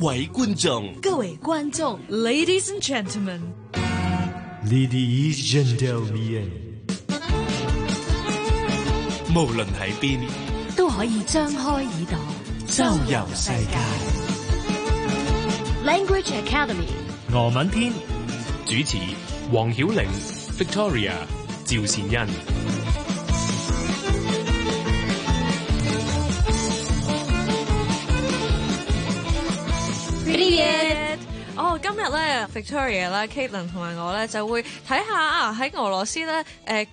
位觀眾，各位觀眾，Ladies and Gentlemen， Ladies gentlemen，無論喺邊，都可以張開耳朵周遊世界。 Language Academy，俄文篇主持黃曉玲、Victoria、趙善恩。 Привет！哦，今日咧，Victoria 啦、Caitlin 同埋我咧就會睇下啊，喺俄羅斯咧誒、呃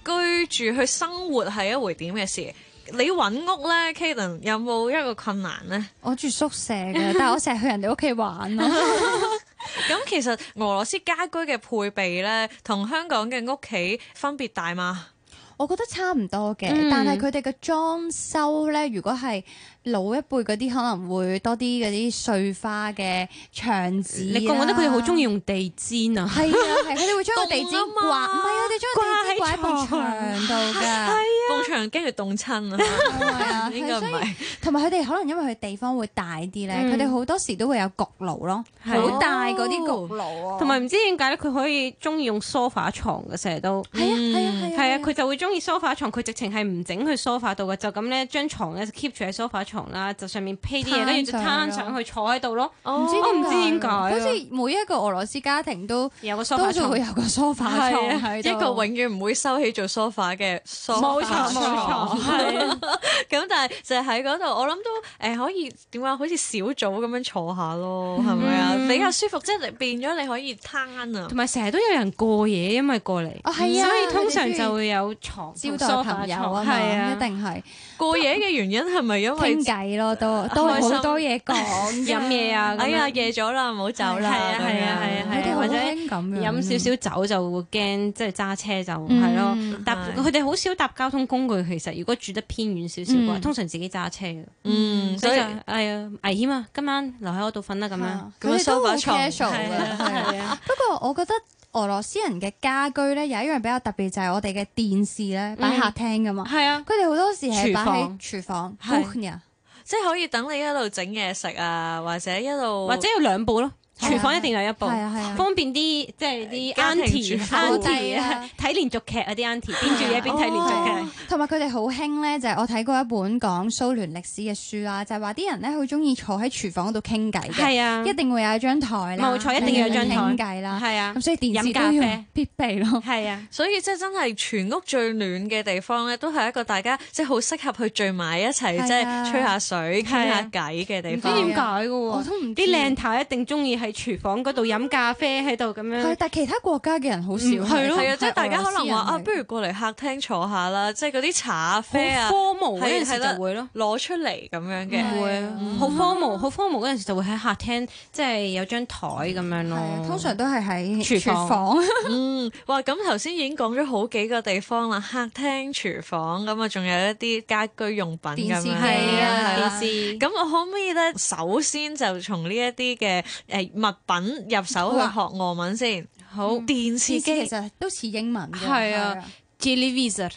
居住去生活係一回點嘅事。你揾屋咧，Caitlin 有冇一個困難咧？我住宿舍 嘅，但係我成日去人哋屋企玩咯。咁其實俄羅斯家居嘅配備咧，同香港嘅屋企分別大嘛？ 我覺得差唔多嘅，但係佢哋嘅裝修咧，如果係老一輩嗰啲，可能會多啲嗰啲碎花嘅牆紙。你覺唔覺得佢哋好中意？意用地氈啊？係啊，係佢哋會將個地 氈掛，凍啊嘛唔係啊，佢哋將個地氈掛喺埲牆 度㗎。埲牆驚佢凍親啊！啊係啊，應該唔係嗯所以係。同埋佢哋可能因為佢地方會大啲咧，佢哋好多時都會有焗爐咯，係好大嗰啲焗爐啊。同埋唔知點解咧，佢可以中意用 sofa 床嘅，成日都係啊係啊係啊係啊，佢就會中意 sofa 床，佢直情係唔整去 sofa 度嘅，就咁咧張床咧 keep 住喺 sofa 床啦，就上面披啲嘢，跟住就攤攤上上咯去坐喺度咯，哦唔知哦啊我唔知點解啊好似每一個俄羅斯家庭都有個 sofa 多數床啊會。有個 sofa 床喺度一個永遠唔會收起做 sofa 嘅 sofa 冇錯冇錯，係啊 咁但係就係喺嗰度，我諗都誒、可以點講，好似小組咁樣坐下咯，係咪啊？嗯比較舒服，即係你變咗你可以攤啊同。埋成日都有人過夜，因為過嚟，哦係啊所以通常就會有床招同待 sofa 朋友啊床嘛，係啊一定係過夜嘅原因係咪因為傾？偈咯，都都開心好多 嘢講飲嘅。嘢啊，哎咁樣呀，夜咗啦，唔好走啦。係啊咁樣係啊係啊佢哋好或者興咁樣，嗯飲少少酒就會驚，即係揸車就係咯。搭係佢哋好少搭交通工具，其實如果住得偏遠少少嘅嗯話，通常自己揸車嘅。嗯，所所以以就係啊，危險啊！今晚留喺我度瞓啊啦，咁樣。咁咁樣樣都好 sofa 床 casual 嘅，係啊。不過我覺得俄羅斯人嘅家居咧有一樣比較特別，就係我哋嘅電視咧擺客廳噶嘛，係啊，佢哋好多時係擺喺廚房廚房係 kuchnia 即係可以等你一路整嘢食啊，或者一路或者有兩部咯，係啊廚房一定有一部，係啊係啊方便啲，即係啲家庭 auntie 主婦 auntie 啊哦啊睇連續劇啊，啲 auntie 邊住嘢邊睇連續劇。同埋佢哋好興咧，就係我睇過一本講蘇聯歷史嘅書啦，就係話啲人咧好中意坐喺廚房嗰度傾偈嘅，係啊一定會有一張台啦，冇錯一定要有張台傾偈啦，係啊咁所以電視飲咖啡都要必備咯。係啊，所以即係真係全屋最暖嘅地方咧，都係一個大家即係好適合去聚埋一齊，係啊即係吹下水、傾下偈嘅地唔知方。點解嘅啊我喎。都唔知啲靚太一定中意喺廚房嗰度飲咖啡喺度咁係樣，，但係其他國家嘅人好少嗯係咯係啊，即係大家可能話啊，係不如過嚟客廳坐下啦，即係嗰啲茶啡啊好，嗯荒謬嗰係陣時啦就會咯。攞出嚟咁樣嘅。係會啊好荒謬，好荒謬嗰陣時就會喺客廳，即係有張台咁樣係啊咯。通常都係喺哦廚房廚房。嗯，哇！咁頭先已經講咗好幾個地方啦，客廳、廚房咁啊，仲有一啲家居用品咁電樣視機啊係啊，係啦電視咁我可唔可以咧，首先就從呢一啲嘅誒物品入手去學俄文先？好，電視電視機其實都似英文嘅，係啊 televisor，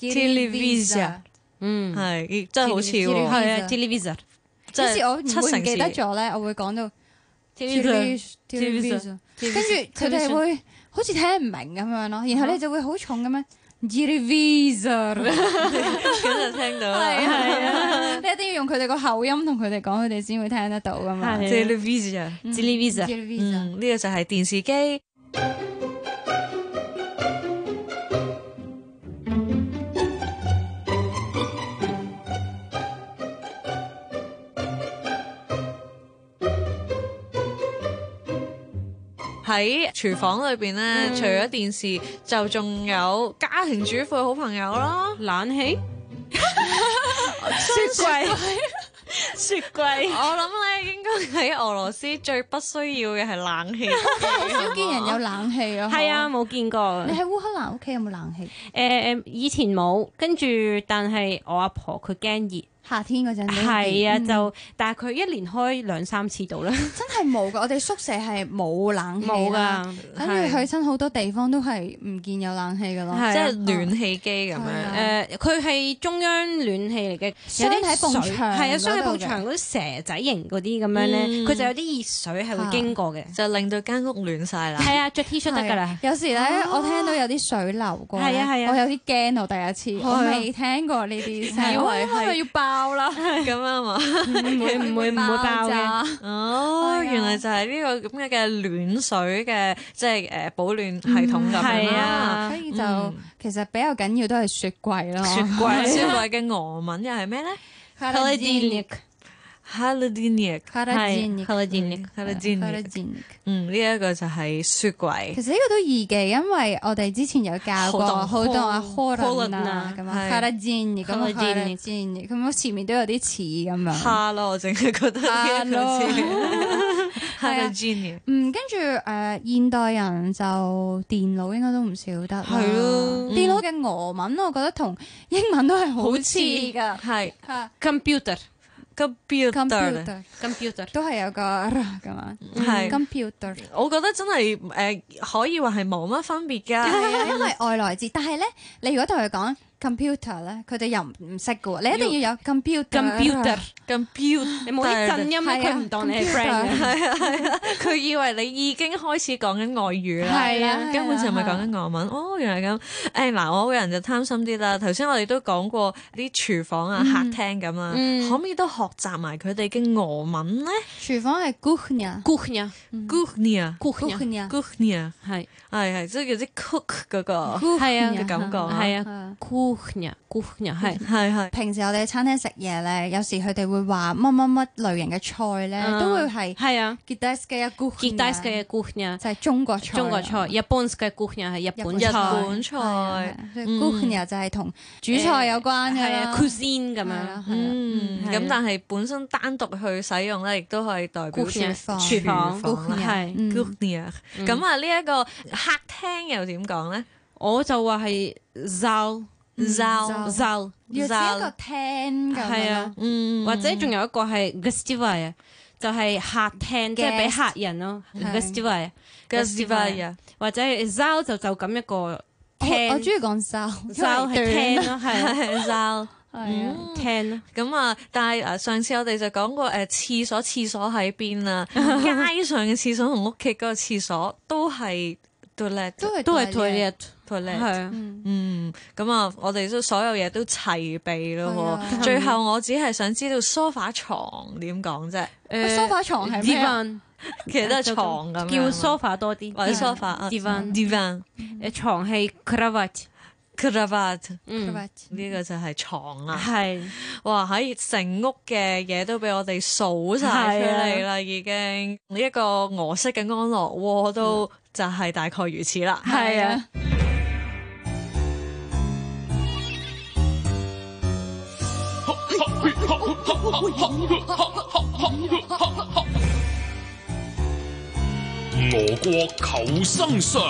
Televisor 嗯，係咦真係好似喎，係啊，televisor，即即係我係唔七會唔成記得 時。咗咧，我會講到 Television television television 跟住佢哋會好似聽唔明咁樣咯，然後你就會好重咁樣 television，咁就聽到啦。係啊， 你一定要用佢哋個口音同佢哋講，佢哋先會聽得到噶嘛。嗯係 Television， televisor， television 嗯，呢個就係電視機。喺廚房裏邊咧，除咗電視，就仲有家庭主婦嘅好朋友啦。冷氣，雪櫃，雪櫃我，諗咧，應該喺俄羅斯最不需要嘅係冷氣。好少見人有冷氣啊。係啊，冇見過你。喺烏克蘭屋企有冇冷氣？誒以前冇，跟住但係我阿婆佢驚熱，夏天嗰陣都係啊，嗯就但係佢一年開兩三次到啦，真係冇噶，我哋宿舍係冇冷氣冇啦，噶，跟係住去親好多地方都係唔見有冷氣噶咯，係啊即係暖氣機咁係啊樣。誒，佢係中央暖氣嚟嘅，有雙啲體埲牆係啊，雙體嗰埲度嘅牆嗰啲蛇仔型嗰啲咁樣咧，嗯佢就有啲熱水係會經過嘅。就令到間屋暖晒啦。係啊，着 T 恤得㗎啦。係有時咧，我聽到有啲水流過咧，係啊係啊我有啲驚我第一次，係啊我未聽過呢啲聲，以為係我咪要爆啦，咁啊嘛，唔會唔會唔 會爆嘅。炸。哦，係啊原來就係呢個咁嘅嘅暖水嘅，即係誒保暖系統咁嗯樣係啦。啊所，以就其實比較緊要都係雪櫃咯，雪櫃，雪櫃嘅俄文又係咩咧 Холодильник h a l o d i n i c 係 Холодильник 嗯，呢一個就係雪櫃。其實呢個都易嘅，因為我哋之前有教過好好多多啊 h o l n 啊係咁啊 c a r a g i n 咁啊 c a r a Carragini g i n 咁啊前面都有啲似咁樣。蝦咯，我淨係覺得呢一個字 h a l o d i n i c 嗯，跟住誒、呃、現代人就電腦應該都唔少得啦。係嗯咯電腦嘅俄文我覺得同英文都係好似㗎。係嚇 computer computer 呢 computer computer 都係有個咁樣。係嗯 computer 我覺得真係誒、呃可以話係冇乜分別 係㗎。啊，因為外來字，但係咧，你如果同佢講 computer 咧，佢哋又唔唔識嘅喎。你一定要有 computer。啊 computer， computer 你冇啲震音係啊佢唔當你係 friend 嘅。係啊係啊，佢以為你已經開始講緊外語啦，係啊係啊啊根本就咪講緊俄文。哦，原來咁。誒嗱，我個人就貪心啲啦。頭先我哋都講過啲廚房啊、客廳咁啦，嗯可唔可以都學習埋佢哋嘅俄文咧 廚房係 cuchnia。 Kuchnia Kuchnia cuchnia。 ？Guchnia，Guchnia，係係係，即係叫啲 cook 嗰嗯個，係啊嘅感覺啊係啊 Kuchnia Kuchnia 係係係。平時我哋喺餐廳食嘢咧，有時佢哋會話乜乜乜類型嘅菜咧，嗯都會係係啊 g i d a s 嘅一 g u c h g i n t a i s 嘅 Kuchnia 就係中國菜，啊中國菜 y a p o n s k a Kuchnia 係日本日菜。嗯本菜係啊係啊 Guchnia 就係同煮菜有關嘅係啦啊，cuisine 咁係樣啦。係啊嗯，係啊咁但係本身單獨去使用咧，亦都可以代表嗯 Guchnia 房廚房房啦啦係，嗯 Guchnia 咁啊，呢一個客廳又點講咧我就話係 zal ？Zal Zal zal，嗯要似一個廳咁係樣啊咯，嗯，或者仲有一個係 gestivaria，就係客廳，即係俾客人咯係 gestivaria， g a s i v a r 或者係 zal 就就咁一個我我廳中意講沙，zal 係嗯廳 咯，係 zal 係啊，廳咯，咁啊，但係啊，上次我哋就講過誒廁所，廁所喺邊 啊？街上嘅廁所同屋企嗰個廁所都係 toilet 都係都係大嘅 toilet，係 toilet。啊，嗯嗯，咁啊，我哋都所有嘢都齊備咯係喎。啊最後我只係想知道 sofa 床點講 啫，個誒 sofa 床係咩啊？ divan 其實都係床咁樣啊叫 sofa 多啲，或者 sofa 啊嗯 Divan divan 誒床係 cravat， cravat 嗯，呢個就係床啊啊啦。係。哇！喺成屋嘅嘢都俾我哋數晒出嚟啦，已經呢一個俄式嘅安樂窩都就係大概如此啦。係啊，俄國求生術，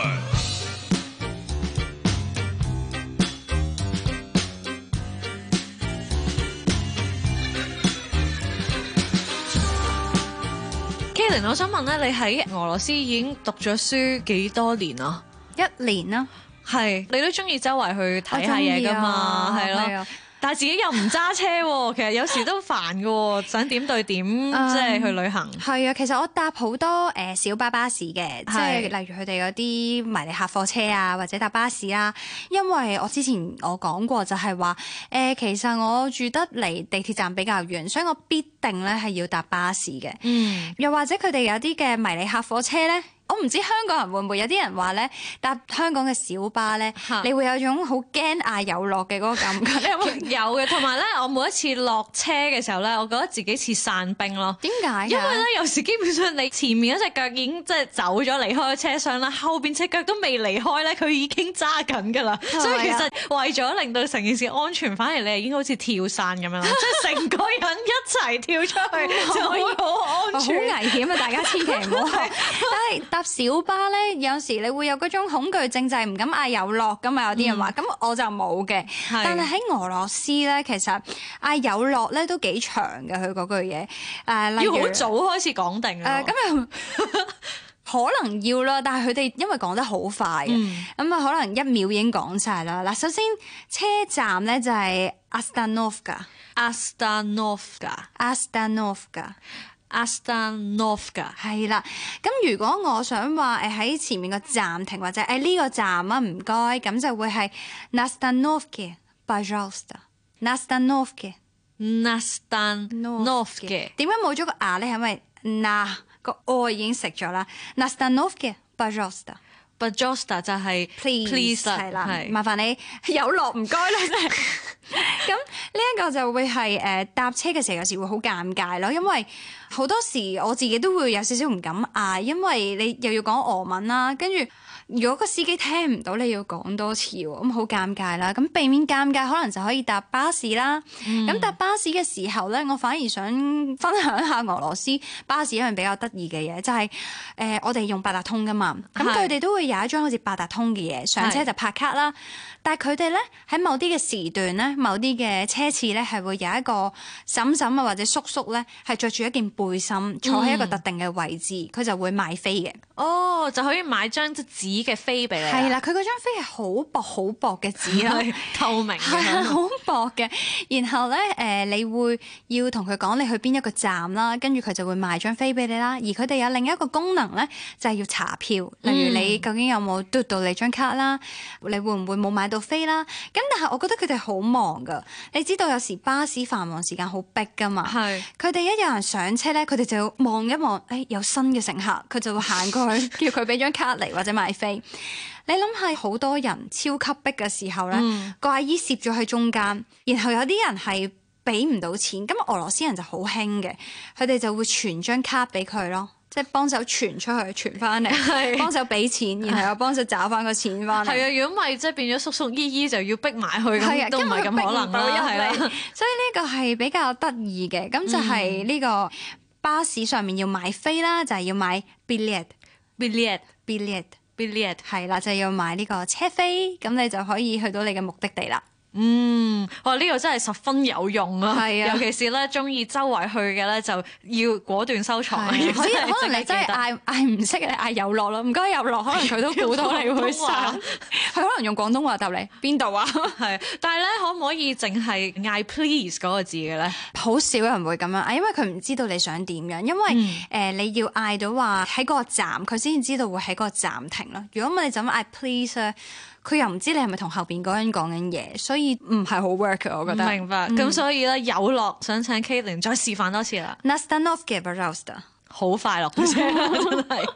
Kalen，我想問咧，你喺俄羅斯已經讀咗書幾多年啊？一年啦，係，你都中意周圍去睇下嘢噶嘛？係咯，咯。但係自己又唔揸車喎，其 實有時都煩噶喎，想點對點即係去旅行。係啊，其實我搭好多誒、呃小巴巴士嘅，即係係例如佢哋嗰啲迷你客貨車啊，或者搭巴士啊。因為我之前我講過就係話誒，其實我住得離地鐵站比較遠，所以我必定咧係要搭巴士嘅。嗯，又或者佢哋有啲嘅迷你客貨車咧。我唔知香港人會唔會有啲人話咧搭香港嘅小巴咧嚇，你會有種好驚嗌有落嘅嗰個感 覺，你有冇？有嘅，同埋咧，我每一次落車嘅時候咧，我覺得自己似散兵咯。點解㗎？啊因為咧，有時基本上你前面一隻腳已經即係走咗離開車廂啦，後邊隻腳都未離開咧，佢已經揸緊㗎 啦。所以其啊實為咗令到成件事安全，反而你係應該好似跳傘咁樣啦，即係成個人 一齊跳出去就會好安好全。 危險啊！大家千祈唔好學。但係搭小巴咧，有時你會有嗰種恐懼症，就係唔敢嗌有落噶嘛。有啲人話，咁、我就冇嘅。但係喺俄羅斯咧，其實嗌有落咧都幾長嘅，佢嗰句嘢。誒、例要如好早開始講定啊誒，咁 又可能要啦，但係佢哋因為講得好快嘅，嗯咁啊、可能一秒已經講晒啦。嗱，首先車站咧就係 Astanovka。 Astanovka，Astanovka， Astanovka 係啦，咁如果我想話誒喺前面個站停或者誒呢個站啊唔該，咁就會係 Nastanovke Bajosta Nastanovke Nastanovka，點解冇咗個牙咧？係因為 na 個 o 已經食咗啦？Nastanovke Bajosta Bajosta 就係 please 係啦，係麻煩你 有落唔該啦，真 係。咁呢一個就會係誒、呃搭車嘅時候有時會好尷尬咯，因為好多時我自己都會有少少唔敢嗌，因為你又要講俄文啦，跟住。如果個司機聽唔到，你要講多次喎，咁好尷尬啦。咁避免尷尬，可能就可以搭巴士啦。咁、搭巴士嘅時候呢，我反而想分享下俄羅斯巴士一樣比較得意嘅嘢，就係、呃我哋用八達通噶嘛，咁係佢哋都會有一張好似八達通嘅嘢，上車係就拍卡啦。但係佢哋咧喺某啲嘅時段咧，某啲嘅車次咧係會有一個嬸嬸啊或者叔叔咧係着住一件背心，坐喺一嗯個特定嘅位置，佢、就會賣飛嘅。哦，就可以買張即紙嘅飛俾你啊，係啦，佢嗰張飛係好薄好薄嘅紙 啦。 係透明咁係啊，樣，好薄嘅。然後咧，誒、你會要同佢講你去邊一個站啦，跟住佢就會賣張飛俾你啦。而佢哋有另一個功能咧，就係、要查票，例如你究竟有冇嘟到你張卡啦，你會唔會冇買到飛啦？咁但係我覺得佢哋好忙噶，你知道有時巴士繁忙時間好逼噶嘛。係佢哋一有人上車咧，佢哋就要望一望，誒、哎有新嘅乘客，佢就會行 過去叫佢俾張卡嚟或者買飛。你諗下，好多人超級逼嘅時候咧，嗯個阿姨攝咗喺中間，然後有啲人係俾唔到錢，咁俄羅斯人就好興嘅，佢哋就會傳張卡俾佢咯。即係幫手傳出去，傳 翻嚟，幫手俾錢，然後又幫手找翻個錢翻嚟。係啊，如果唔係即係變咗叔叔姨姨就要逼埋去啊咁，都唔係咁啊可能啦，係係啦。所以呢個係比較得意嘅，咁就係呢個巴士上面要買飛啦，就係、要買 billet Billiard billet。 Billiard，係啦，就要買呢個車飛，咁你就可以去到你嘅目的地啦。嗯，哇！呢個真係十分有用啊，係啊尤其是咧中意周圍去嘅咧，就要果斷收藏。係啊所以可能你真係嗌嗌唔識，你嗌有落啦，唔該有落，可能佢都估到你 會廣東話想，佢可能用廣東話答你邊度啊？係，但係咧可唔可以淨係嗌 please 嗰個字嘅咧？好少人會咁樣啊嗌，因為佢唔知道你想點樣，因為誒、嗯呃你要嗌到話喺嗰個站，佢先至知道會喺嗰個站停咯。如果唔係你就咁嗌 please 咧，佢又唔知你係咪同後邊嗰個人講緊嘢，所以唔係好 work 嘅我覺得。明白。嗯咁所以咧有落，想請 Katelyn 再示範多次啦， Nastanov 嘅 b r o s t e r 好快樂 嘅啫，真係。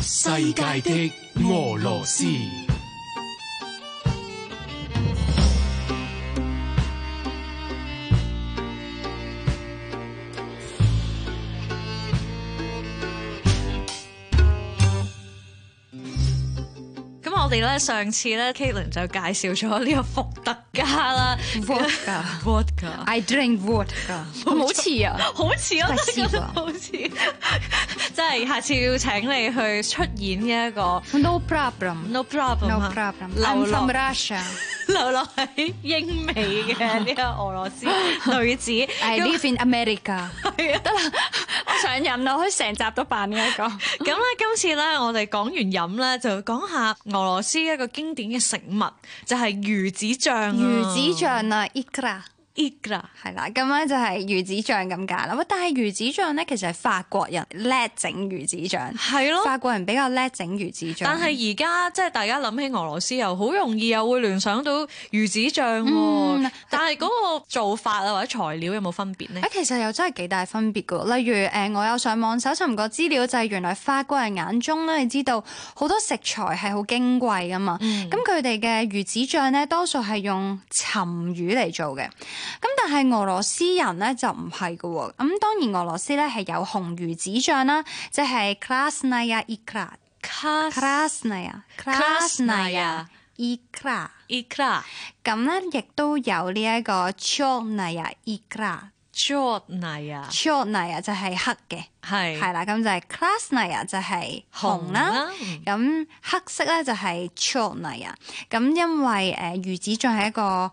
世界的俄羅斯，咁我哋咧上次咧 Katelyn 就介紹咗呢個伏特加啦 Vodka ，vodka。 I drink vodka，唔好似啊！好似我真真係覺係師傅得啊好似， 即係下次要請你去出演呢一個 No problem，No No Problem 啊 problem。流 I'm from 落 Russia。流落喺英美嘅呢 個俄羅斯女子， I 咁 live in America。 係啊得啦，我上癮啦，可以成集都扮呢一個。咁咧今次咧我哋講完飲咧，就講下俄羅斯一個經典嘅食物，就係魚子醬啊。魚子醬啊，Ikra。 Igra 係啦，咁咧就係魚子醬咁解啦。喂但係魚子醬咧，其實係法國人叻整魚子醬，係咯。法國人比較叻整魚子醬。但係而家即係大家諗起俄羅斯又好容易又會聯想到魚子醬喎，嗯但係嗰個做法啊或者材料有冇分別呢？啊，其實又真係幾大分別㗎喎。例如誒、呃我有上網搜尋過資料，就係、原來法國人眼中咧，你知道好多食材係好矜貴噶嘛。嗯咁佢哋嘅魚子醬咧，多數係用鱘魚嚟做嘅。咁但係俄羅斯人咧就唔係㗎喎。咁當然俄羅斯咧係有紅魚子醬啦，即係 Krasnaya Ikra。Krasnaya Krasnaya Krasnaya Ikra。 Ikra 咁咧，亦都有呢一個 c h o r n a y a ikra Jordan 啊， c h o r t n i 啊就係黑嘅，係係啦，咁就係 c l a s s n i 啊就係紅紅啦啦，咁黑色咧就係 c h o r t n i 啊，咁因為誒魚子醬係一個呃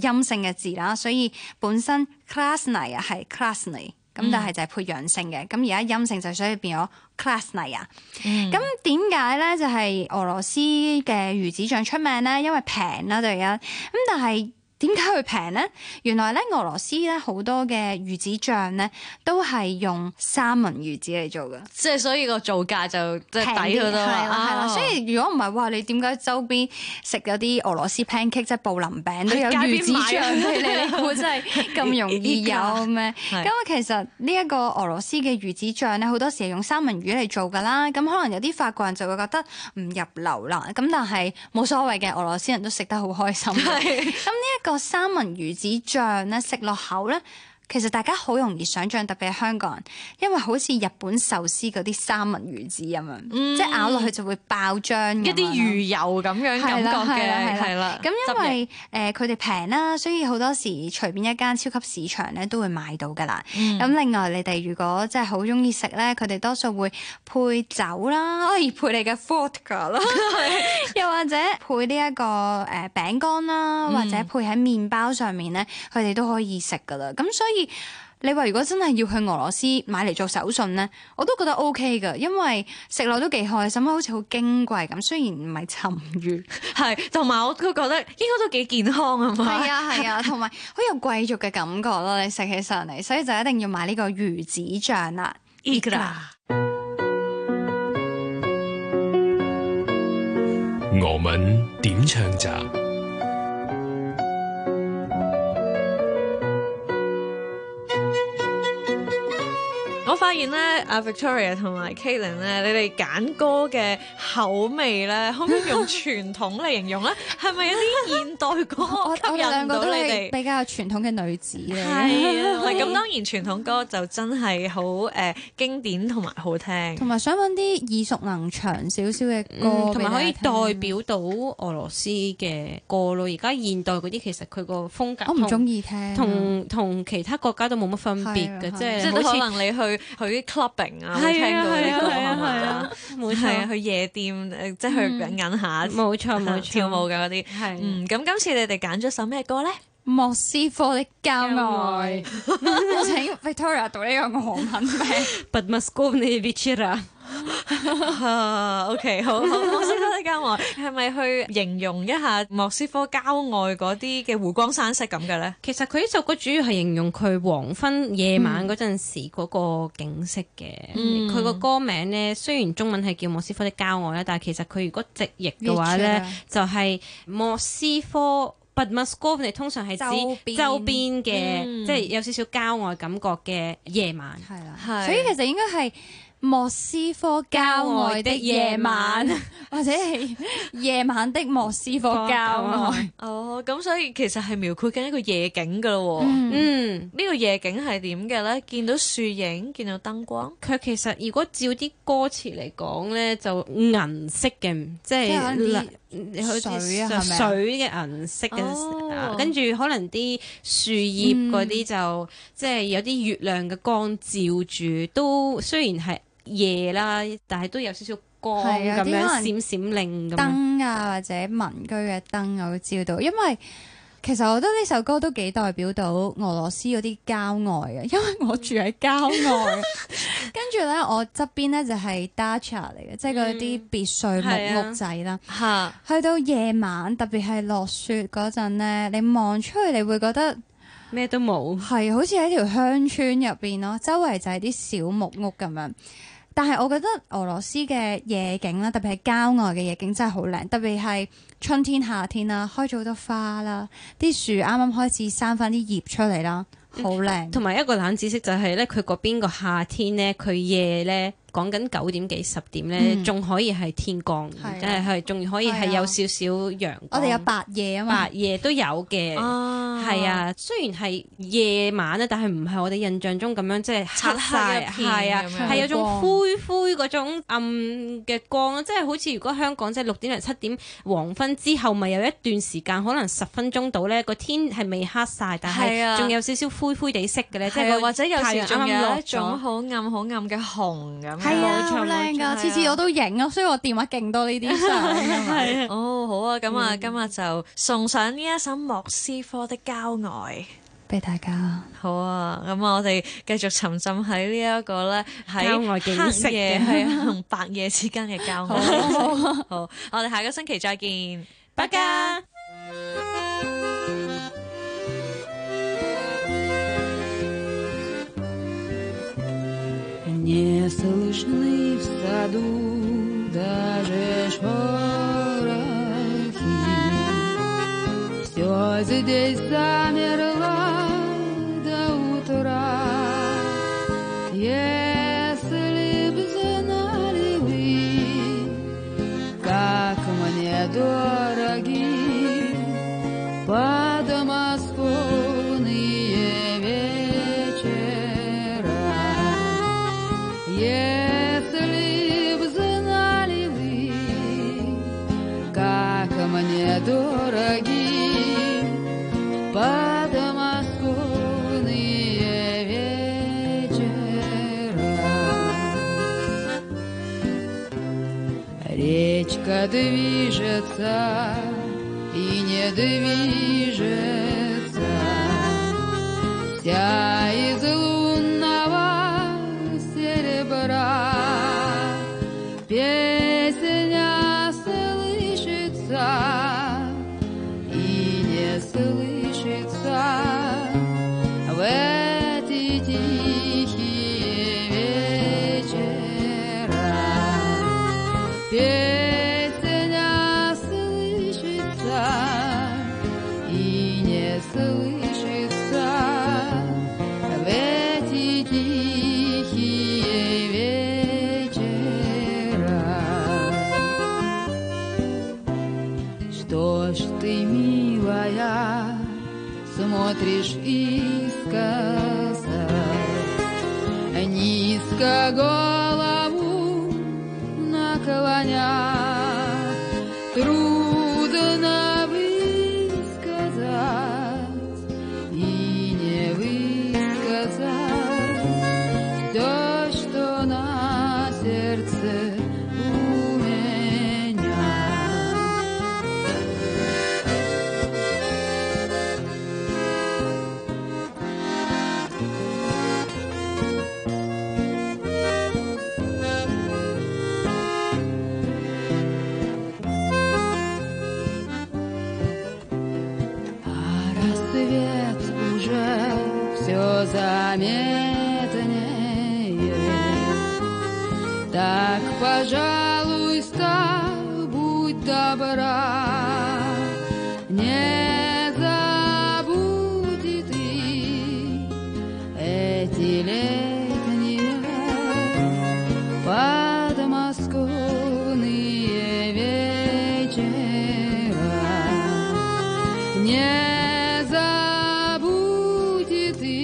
陰性嘅字啦，所以本身 c l a s s n i 啊係 c l a s s n i 咁但係就係配陽性嘅，咁而家陰性就所以變咗 c l a s s n i 啊。咁點解咧？就係、俄羅斯嘅魚子醬出名咧，因為平啦，對而家。咁但係點解佢平咧？原來咧，俄羅斯咧好多嘅魚子醬咧，都係用三文魚子嚟做嘅，即係所以個造價就即係平抵佢啲係都啦係啦。哦所以如果唔係，哇！你點解周邊食嗰啲俄羅斯 pancake 即係布林餅都喺有街邊魚子醬俾你？買啊你估真係 咁容易有咩？係咁啊，其實呢一個俄羅斯嘅魚子醬咧，好多時係用三文魚嚟做㗎啦。咁可能有啲法國人就會覺得唔入流啦。咁但係冇所謂嘅，俄羅斯人都食得好開 心嘅。咁呢一個三文魚子醬咧，食落口咧。其實大家好容易想像，特別係香港人，因為好似日本壽司嗰啲三文魚子咁樣，即係咬落去就會爆漿咁樣啦，嗯一啲魚油咁樣感覺嘅，係啦。咁因汁液為誒呃佢哋平啦，所以好多時隨便一間超級市場咧都會買到㗎啦。咁、另外你哋如果真係好中意食咧，佢哋多數會配酒啦， 可以配你嘅 vodka 啦，又或者配呢、一個誒、呃、餅乾啦，或者配喺麵包上面咧，佢哋都可以食㗎啦。咁所以。你話如果真係要去俄羅斯買嚟做手信咧，我都覺得 O K 㗎，因為食落都幾開心，好似好矜貴咁。雖然唔係沉魚，係，同埋我都覺得應該都幾健康啊嘛。係啊係啊，同埋好有貴族嘅感覺咯，你食起上嚟，所以就一定要買呢個魚子醬啦。俄文點唱集？我發現咧，阿 Victoria 同埋 Kalen 咧，你哋揀歌嘅口味 咧，可唔可以用傳統嚟形容咧？係咪有啲現代 歌我吸我哋引兩唔個到都你係哋？比較傳統嘅女子嚟係 嘅，啊，喂咁當然傳統歌就真係好誒經典同埋好聽。同埋想揾啲耳熟能詳少少嘅歌嗯，同埋可俾以大家代聽。表到俄羅斯嘅歌咯。而家現代嗰啲其實佢個風格我唔同中意聽，啊同同其他國家都冇乜分別係啊嘅，即係啊係即係都好可似能你去去啲 clubbing 啊，會係聽啊到係呢啊個係係啊係嘛啊，，冇係啊，錯嗯去夜店誒，即係去銀下啊冇錯冇錯，跳舞嘅嗰啲。係嗯，咁今次你哋揀咗首咩歌咧？莫斯科的郊郊外外。我 請 Victoria 讀呢個俄文名。 p o d m o s k o v n y v e c e r 啊，OK，好，好莫斯科的郊外係咪去形容一下莫斯科郊外嗰啲嘅湖光山色咁嘅咧？其實佢呢首歌主要係形容佢黃昏夜晚嗰陣時嗰個景色嘅。嗯佢個、歌名呢，雖然中文係叫莫斯科的郊外啦，但係其實佢如果直譯嘅話呢，就係莫斯科。But m o s c o v 你通常係周邊指周邊嘅，嗯即係有少少郊外感覺嘅夜晚。係啦，係所以其實應該係莫斯科郊外的夜晚，或者係夜晚的莫斯科郊外。哦，咁所以其實係描繪緊一個夜景噶咯喎。呢、嗯，嗯，個夜景係點嘅咧？見到樹影，見到燈光，佢其實如果照啲歌詞嚟講咧，就銀色嘅，即即係可能係啲嗱你好似水啊係咪啊水嘅銀色哦嘅，啊跟住可能啲樹葉嗰嗯啲就、即係有啲月亮嘅光照住，都雖然係夜啦，但係都有少少光係啊咁啲樣可能閃閃令咁樣。燈啊，或者民居嘅燈我都照到，因為。其實我覺得呢首歌都幾代表到俄羅斯嗰啲郊外嘅，因為我住喺郊 外，跟住咧我側邊咧就係 dacha 嚟嘅，即係嗰啲別嗯係墅啊木屋仔啦。嚇去到夜晚，特別係落雪嗰陣咧，你望出去，你會覺得咩都冇。係好似喺條鄉村入邊咯，周圍就係啲小木屋咁樣。但係我覺得俄羅斯嘅夜景啦，特別係郊外嘅夜景真係好靚，特別係春天、夏天啦，開咗好多花啦，啲樹啱啱開始生翻啲葉出嚟啦，好靚。同埋一個冷知識就係咧，佢嗰邊個夏天咧，佢夜咧講緊九點幾十點咧，嗯仲可以係天光，係啊即係係仲可以係係啊有少少陽光。我哋有白哦夜啊嘛白，夜都有嘅。啊係，啊，雖然係夜晚啊，但係唔係我哋印象中咁樣即係黑晒，漆黑一片係啊咁樣，係有種灰灰嗰種暗嘅光咯，即係好似如果香港即係六點零七點黃昏之後，咪有一段時間可能十分鐘到咧，個天係未黑晒，但係啊係仲有少少灰灰地色嘅咧，即係係啊個或者有太時陽仲啱啱有落一種咗。好暗好暗嘅紅咁樣。係啊，冇錯好靚冇錯㗎，次次我都影啊，所以我電話勁多呢啲相。係啊，哦，好啊，咁啊，今日就送上呢一首莫斯科的郊外。 俾大家。好啊，咁我哋繼續沉浸喺呢一個咧郊外景喺色黑夜嘅係同 白夜之間嘅交外。好，我哋下個星期再見，大家。 Не слышны в саду даже шорохи. Все здесь замерло до утра. Если б знали вы, как мне дороги подмосковные вечера. Если б знали вы, как мне дороги подмосковные вечера. Речка движется и не движется, вся из лунного серебра. Песня слышится и не слышится в эти тихие вечера. Песня слышится и не слышится в эти тихие вечера. Что ж ты, милая, смотришь искоса, низко голову наклоня, трудно высказать и не высказать все, что на сердце у меня. А рассвет уже все заметнее. Так, пожалуйста, будь добра, не забудь и ты эти летние подмосковные вечера. Не забудь и ты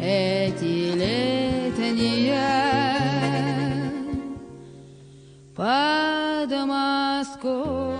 эти летние подмосковные